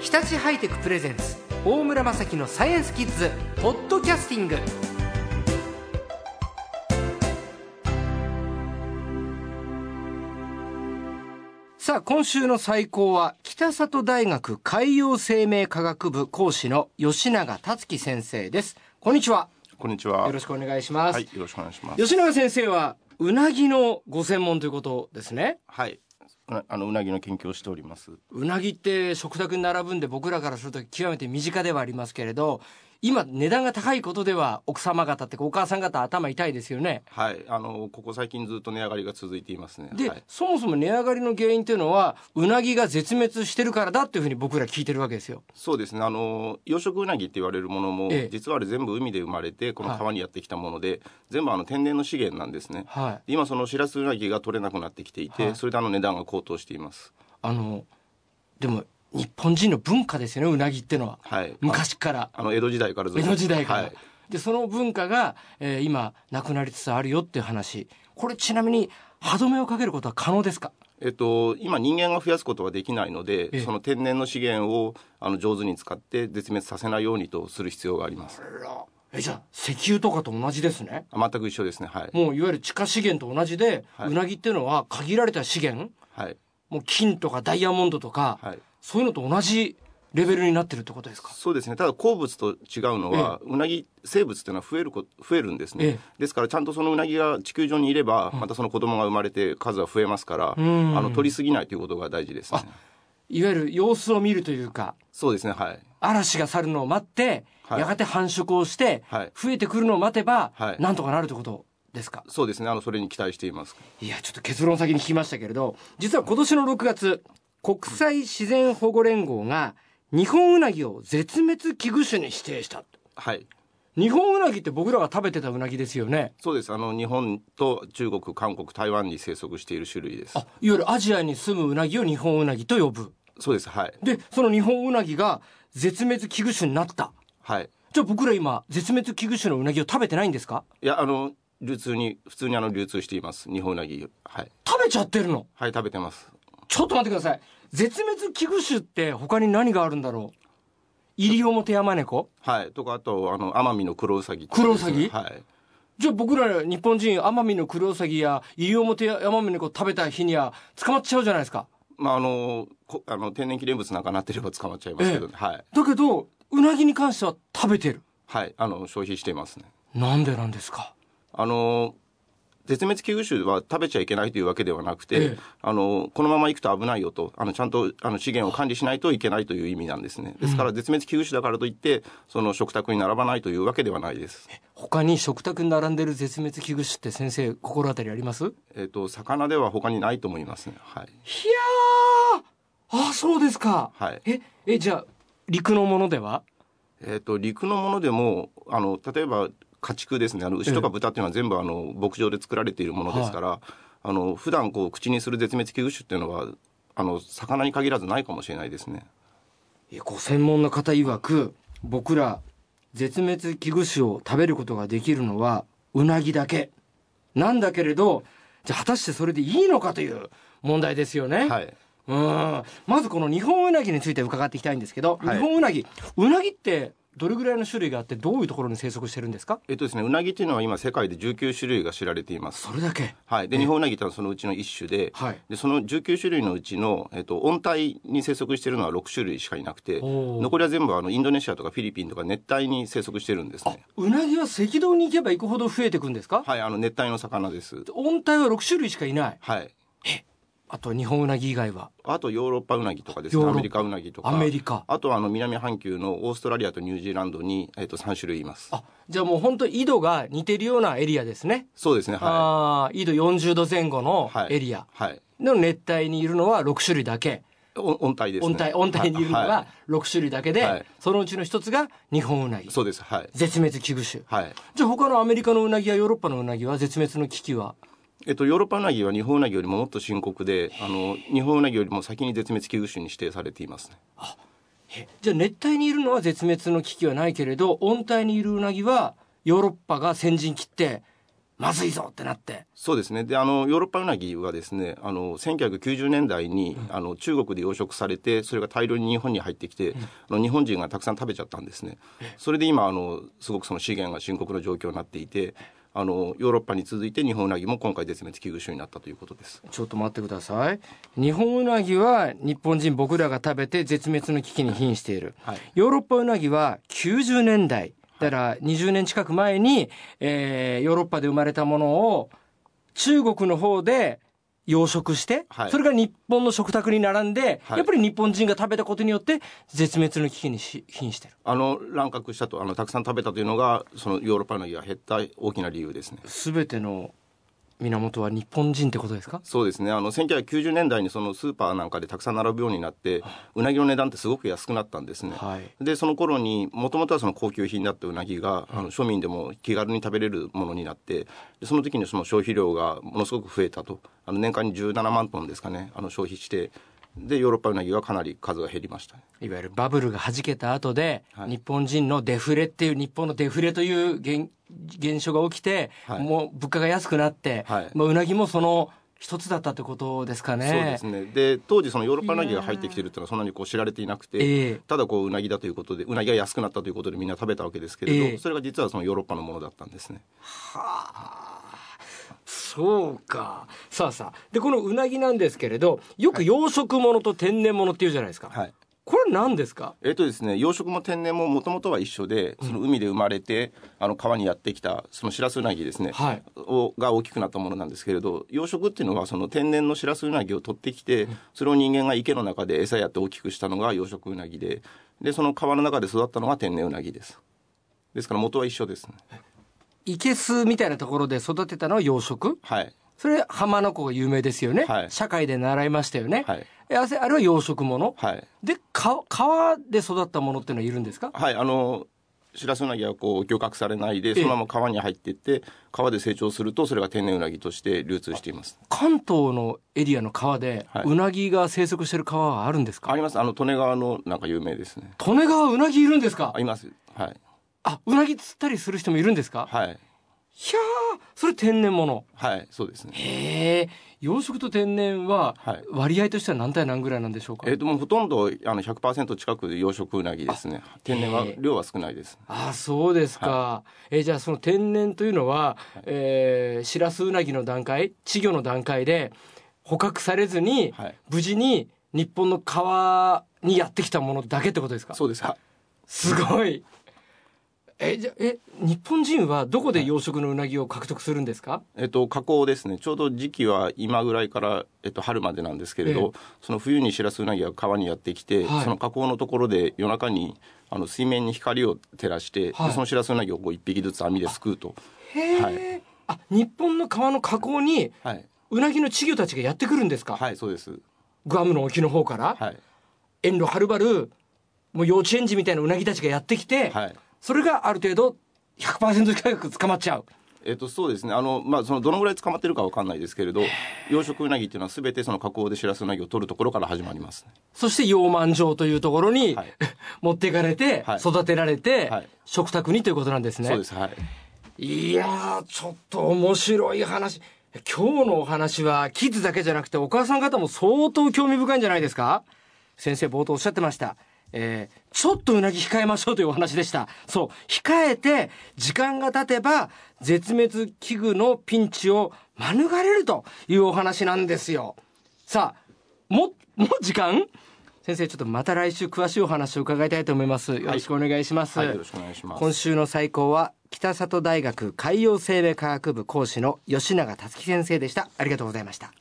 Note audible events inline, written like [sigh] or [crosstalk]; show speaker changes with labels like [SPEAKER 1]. [SPEAKER 1] 日立ハイテクプレゼンツ大村雅樹のサイエンスキッズポッドキャスティングさあ今週の最高は北里大学海洋生命科学部講師の吉永達樹先生ですこんにちは
[SPEAKER 2] こんにちは。
[SPEAKER 1] よろしくお願いします、
[SPEAKER 2] はい、よろしくお願いします。
[SPEAKER 1] 吉永先生はうなぎのご専門ということですね
[SPEAKER 2] はい。うなあのうなぎの研究をしております。
[SPEAKER 1] うなぎって食卓に並ぶんで僕らからすると極めて身近ではありますけれど今値段が高いことでは奥様方ってかお母さん方頭痛いですよね。
[SPEAKER 2] はい。あのここ最近ずっと値上がりが続いていますね。
[SPEAKER 1] で、
[SPEAKER 2] はい、
[SPEAKER 1] そもそも値上がりの原因というのはうなぎが絶滅してるからだっていうふうに僕ら聞いてるわけですよ。
[SPEAKER 2] そうですね。あの養殖うなぎって言われるものも、
[SPEAKER 1] ええ
[SPEAKER 2] 実はあれ全部海で生まれてこの川にやってきたもので、全部あの天然の資源なんですね。
[SPEAKER 1] はい。
[SPEAKER 2] で今そのシラスうなぎが取れなくなってきていて、
[SPEAKER 1] はい
[SPEAKER 2] それであの値段が高騰しています。
[SPEAKER 1] あのでも日本人の文化ですよねうなぎってのは。
[SPEAKER 2] はい。
[SPEAKER 1] 昔から
[SPEAKER 2] あの江戸時代からずっ
[SPEAKER 1] 江
[SPEAKER 2] と。
[SPEAKER 1] 戸時代から。
[SPEAKER 2] はい。
[SPEAKER 1] でその文化が、えー今なくなりつつあるよっていう話これちなみに歯止めをかけることは可能ですか
[SPEAKER 2] えっと、今人間が増やすことはできないので、
[SPEAKER 1] ええ
[SPEAKER 2] その天然の資源をあの上手に使って絶滅させないようにとする必要があります
[SPEAKER 1] えじゃあ石油とかと同じですね
[SPEAKER 2] あ全く一緒ですねはい、
[SPEAKER 1] もういわゆる地下資源と同じで、
[SPEAKER 2] はいう
[SPEAKER 1] なぎっていうのは限られた資源
[SPEAKER 2] はい
[SPEAKER 1] もう金とかダイヤモンドとか、
[SPEAKER 2] はい、
[SPEAKER 1] そういうのと同じレベルになってるってことですか
[SPEAKER 2] そうですねただ鉱物と違うのは、うなぎ生物っていうのは増えるこ増えるんですね、
[SPEAKER 1] ええ
[SPEAKER 2] ですからちゃんとそのうなぎが地球上にいれば、またその子供が生まれて数は増えますから、
[SPEAKER 1] ん
[SPEAKER 2] あの取りすぎないということが大事ですね
[SPEAKER 1] いわゆる様子を見るというか
[SPEAKER 2] そうですねはい
[SPEAKER 1] 嵐が去るのを待って、
[SPEAKER 2] はい
[SPEAKER 1] やがて繁殖をして、
[SPEAKER 2] はい
[SPEAKER 1] 増えてくるのを待てば、
[SPEAKER 2] はい
[SPEAKER 1] なんとかなるってことですか
[SPEAKER 2] そうですねあのそれに期待しています
[SPEAKER 1] いやちょっと結論先に聞きましたけれど実は今年の6月国際自然保護連合が日本ウナギを絶滅危惧種に指定した
[SPEAKER 2] はい
[SPEAKER 1] 日本ウナギって僕らが食べてたウナギですよね
[SPEAKER 2] そうですあの日本と中国韓国台湾に生息している種類です
[SPEAKER 1] あいわゆるアジアに住むウナギを日本ウナギと呼ぶ
[SPEAKER 2] そうですはい
[SPEAKER 1] でその日本ウナギが絶滅危惧種になった
[SPEAKER 2] はい
[SPEAKER 1] じゃあ僕ら今絶滅危惧種のウナギを食べてないんですか
[SPEAKER 2] いやあの流通に普通にあの流通しています日本うなぎはい
[SPEAKER 1] 食べちゃってるの
[SPEAKER 2] はい食べてます
[SPEAKER 1] ちょっと待ってください絶滅危惧種って他に何があるんだろうイリオモテヤマネコ
[SPEAKER 2] はい、とかあとあの奄美の黒ウサギとか
[SPEAKER 1] 黒ウサギ
[SPEAKER 2] ですねはい
[SPEAKER 1] じゃあ僕ら日本人奄美のクロウサギやイリオモテヤマネコ食べた日には捕まっちゃうじゃないですか
[SPEAKER 2] まああのこあの天然記念物なんかなってれば捕まっちゃいますけど、ねはい
[SPEAKER 1] だけどウナギに関しては食べてる
[SPEAKER 2] はいあの消費していますね
[SPEAKER 1] なんでなんですか
[SPEAKER 2] あの絶滅危惧種は食べちゃいけないというわけではなくて、
[SPEAKER 1] ええ
[SPEAKER 2] あのこのまま行くと危ないよとあのちゃんとあの資源を管理しないといけないという意味なんですねですから絶滅危惧種だからといってその食卓に並ばないというわけではないです
[SPEAKER 1] 他に食卓に並んでる絶滅危惧種って先生心当たりありますいや
[SPEAKER 2] えっ、と魚では他にないと思いますねはい、
[SPEAKER 1] ーあそうですか、
[SPEAKER 2] はい、
[SPEAKER 1] ええじゃあ陸のものでは
[SPEAKER 2] えー、と陸のものでもあの例えば家畜ですねあの牛とか豚っていうのは全部あの牧場で作られているものですから、あの普段こう口にする絶滅危惧種っていうのはあの魚に限らずないかもしれないですね。
[SPEAKER 1] えご専門の方曰く僕ら絶滅危惧種を食べることができるのはウナギだけなんだけれどじゃあ果たしてそれでいいのかという問題ですよね、
[SPEAKER 2] はい、
[SPEAKER 1] うんまずこの日本ウナギについて伺っていきたいんですけど、
[SPEAKER 2] はい
[SPEAKER 1] 日本ウナギウナギってどれぐらいの種類があってどういうところに生息してるんですか
[SPEAKER 2] えっ、とですねうなぎっていうのは今世界で19種類が知られています。
[SPEAKER 1] それだけ
[SPEAKER 2] はい、で日本うなぎってのはそのうちの一種で,、
[SPEAKER 1] はい
[SPEAKER 2] でその19種類のうちの、えっと温帯に生息しているのは6種類しかいなくて
[SPEAKER 1] おー
[SPEAKER 2] 残りは全部あのインドネシアとかフィリピンとか熱帯に生息してるんですね。
[SPEAKER 1] ウナギは赤道に行けば行くほど増えていくんですか、
[SPEAKER 2] はい、あの熱帯の魚です。
[SPEAKER 1] 温帯は6種類しかいない
[SPEAKER 2] はい
[SPEAKER 1] あと日本ウナギ以外は
[SPEAKER 2] あとヨーロッパウナギとかですね
[SPEAKER 1] ヨーロッ
[SPEAKER 2] アメリカウナギとか
[SPEAKER 1] アメリカ
[SPEAKER 2] あとあの南半球のオーストラリアとニュージーランドに、えっと3種類います
[SPEAKER 1] あじゃあもう本当緯度が似てるようなエリアですね、
[SPEAKER 2] そうですねは
[SPEAKER 1] ああ緯度40度前後
[SPEAKER 2] い
[SPEAKER 1] の
[SPEAKER 2] はい
[SPEAKER 1] エリア
[SPEAKER 2] はい
[SPEAKER 1] の熱帯にいるのは6種類だけ、
[SPEAKER 2] お温帯です
[SPEAKER 1] 温
[SPEAKER 2] ね
[SPEAKER 1] 帯温帯にいるの
[SPEAKER 2] は
[SPEAKER 1] が6種類だけで、
[SPEAKER 2] はい
[SPEAKER 1] そのうちの一つが日本ウナギ
[SPEAKER 2] いそうですはい
[SPEAKER 1] 絶滅危惧種
[SPEAKER 2] はい
[SPEAKER 1] じゃあ他のアメリカのウナギやヨーロッパのウナギは絶滅の危機は
[SPEAKER 2] えっとヨーロッパウナギは日本ウナギよりももっと深刻であの日本ウナギよりも先に絶滅危惧種に指定されていますね
[SPEAKER 1] えじゃあ熱帯にいるのは絶滅の危機はないけれど温帯にいるウナギはヨーロッパが先陣切ってまずいぞってなって
[SPEAKER 2] そうですねであのヨーロッパウナギはですねあの1990年代に、あの中国で養殖されてそれが大量に日本に入ってきて、あの日本人がたくさん食べちゃったんですねそれで今あのすごくその資源が深刻な状況になっていてあのヨーロッパに続いて日本ウナギも今回絶滅危惧種になったということです
[SPEAKER 1] ちょっと待ってください日本ウナギは日本人僕らが食べて絶滅の危機に瀕している、
[SPEAKER 2] はい
[SPEAKER 1] ヨーロッパウナギは90年代だから20年近く前に、えーヨーロッパで生まれたものを中国の方で養殖して、
[SPEAKER 2] はい
[SPEAKER 1] それが日本の食卓に並んで、
[SPEAKER 2] はい
[SPEAKER 1] やっぱり日本人が食べたことによって絶滅の危機にし瀕してる
[SPEAKER 2] あの乱獲したとあのたくさん食べたというのがそのヨーロッパウナギが減った大きな理由ですね
[SPEAKER 1] 全ての源は日本人ってことですか
[SPEAKER 2] そうですねあの1990年代にそのスーパーなんかでたくさん並ぶようになってうなぎの値段ってすごく安くなったんですね、
[SPEAKER 1] はい
[SPEAKER 2] でその頃にもともとはその高級品だったうなぎが、あの庶民でも気軽に食べれるものになってでその時にその消費量がものすごく増えたとあの年間に17万トンですかねあの消費してでヨーロッパうなぎはかなり数が減りましたね
[SPEAKER 1] いわゆるバブルが弾けた後で、
[SPEAKER 2] はい
[SPEAKER 1] 日本人のデフレっていう、日本のデフレという現現象が起きて、
[SPEAKER 2] はい
[SPEAKER 1] もう物価が安くなって、
[SPEAKER 2] はい
[SPEAKER 1] まあ、うなぎもその一つだったってことですかね。
[SPEAKER 2] そうですねで当時そのヨーロッパうなぎが入ってきてるっていうのはそんなにこう知られていなくて、
[SPEAKER 1] ええ
[SPEAKER 2] ただこううなぎだということでうなぎが安くなったということでみんな食べたわけですけれど、
[SPEAKER 1] ええ
[SPEAKER 2] それが実はそのヨーロッパのものだったんですね
[SPEAKER 1] そうか。さあさあ。で、このうなぎなんですけれど、よく養殖物と天然物っていうじゃないですか。
[SPEAKER 2] はい
[SPEAKER 1] これ何ですか
[SPEAKER 2] えっとですね、養殖も天然ももともとは一緒でその海で生まれて、あの川にやってきたそのシラスウナギですね、
[SPEAKER 1] はい
[SPEAKER 2] をが大きくなったものなんですけれど養殖っていうのはその天然のシラスウナギを取ってきてそれを人間が池の中で餌やって大きくしたのが養殖ウナギででその川の中で育ったのが天然ウナギですですから元は一緒ですね
[SPEAKER 1] 生けすみたいなところで育てたのは養殖
[SPEAKER 2] はい
[SPEAKER 1] それ浜名湖が有名ですよね、
[SPEAKER 2] はい
[SPEAKER 1] 社会で習いましたよね。
[SPEAKER 2] はい
[SPEAKER 1] えあせあれは養殖物
[SPEAKER 2] はい
[SPEAKER 1] でか川で育ったものっていうのはいるんですか
[SPEAKER 2] はい、あの、シラスウナギはこう漁獲されないで、
[SPEAKER 1] え
[SPEAKER 2] そのまま川に入っていって、川で成長すると、それが天然ウナギとして流通しています。
[SPEAKER 1] 関東のエリアの川で、
[SPEAKER 2] はいう
[SPEAKER 1] なぎが生息してる川はあるんです
[SPEAKER 2] あ
[SPEAKER 1] か
[SPEAKER 2] ります、あの、利根川のなんか有名ですね。
[SPEAKER 1] 利根川うなぎいるんですか
[SPEAKER 2] あ、います。はい。
[SPEAKER 1] あうなぎ釣ったりする人もいるんですか
[SPEAKER 2] はい。
[SPEAKER 1] ひゃーそれ天然物
[SPEAKER 2] はい、そうですね。
[SPEAKER 1] へえ養殖と天然は
[SPEAKER 2] はい
[SPEAKER 1] 割合としては何対何ぐらいなんでしょうか、
[SPEAKER 2] えっ、と、もうほとんど、あの、100%近くで養殖ウナギですね。天然は
[SPEAKER 1] へえ、
[SPEAKER 2] 量は少ないです。
[SPEAKER 1] あそうですか、えじゃあその天然というのは、えーシラスウナギの段階稚魚の段階で捕獲されずに、
[SPEAKER 2] はい
[SPEAKER 1] 無事に日本の川にやってきたものだけってことですか
[SPEAKER 2] そうですか。
[SPEAKER 1] すごい。え、じゃあ、え、日本人はどこで養殖のうなぎを獲得するんですか、
[SPEAKER 2] えっと、加工ですね、ちょうど時期は今ぐらいから、えっと、春までなんですけれど、その冬にシラスウナギが川にやってきて、
[SPEAKER 1] はい
[SPEAKER 2] その加工のところで夜中にあの水面に光を照らして、で
[SPEAKER 1] はい
[SPEAKER 2] そのシラスウナギをこう一匹ずつ網ですくうと、
[SPEAKER 1] へえ、
[SPEAKER 2] はい
[SPEAKER 1] あ、日本の川の河口に、
[SPEAKER 2] はい、
[SPEAKER 1] うなぎの稚魚たちがやってくるんですか、
[SPEAKER 2] はい、そうです、
[SPEAKER 1] グアムの沖の方から、
[SPEAKER 2] はい、
[SPEAKER 1] 遠路はるばる、もう幼稚園児みたいなうなぎたちがやってきて、
[SPEAKER 2] はい。
[SPEAKER 1] それがある程度100%近く捕まっちゃう。
[SPEAKER 2] えっと、そうですね、あの、まあ、その、どのぐらい捕まってるかわかんないですけれど、養殖ウナギっていうのはすべてその加工でシラスウナギを取るところから始まりますね、
[SPEAKER 1] そして養鰻場というところに、
[SPEAKER 2] はい
[SPEAKER 1] [laughs] 持っていかれて、
[SPEAKER 2] はい
[SPEAKER 1] 育てられて、
[SPEAKER 2] はい
[SPEAKER 1] 食卓にということなんですね。
[SPEAKER 2] そうです、はい。
[SPEAKER 1] いやー、ちょっと面白い話。今日のお話は、キッズだけじゃなくて、お母さん方も相当興味深いんじゃないですか先生、冒頭おっしゃってました。えー、ちょっとうなぎ控えましょうというお話でした。そう、控えて、時間が経てば、絶滅危惧のピンチを免れるというお話なんですよ。さあ、も、もう時間先生、ちょっとまた来週詳しいお話を伺いたいと思います。よろしくお願いします。
[SPEAKER 2] はい、よろしくお願いします。
[SPEAKER 1] 今週の最高は北里大学海洋生命科学部講師の吉永達樹先生でしたありがとうございました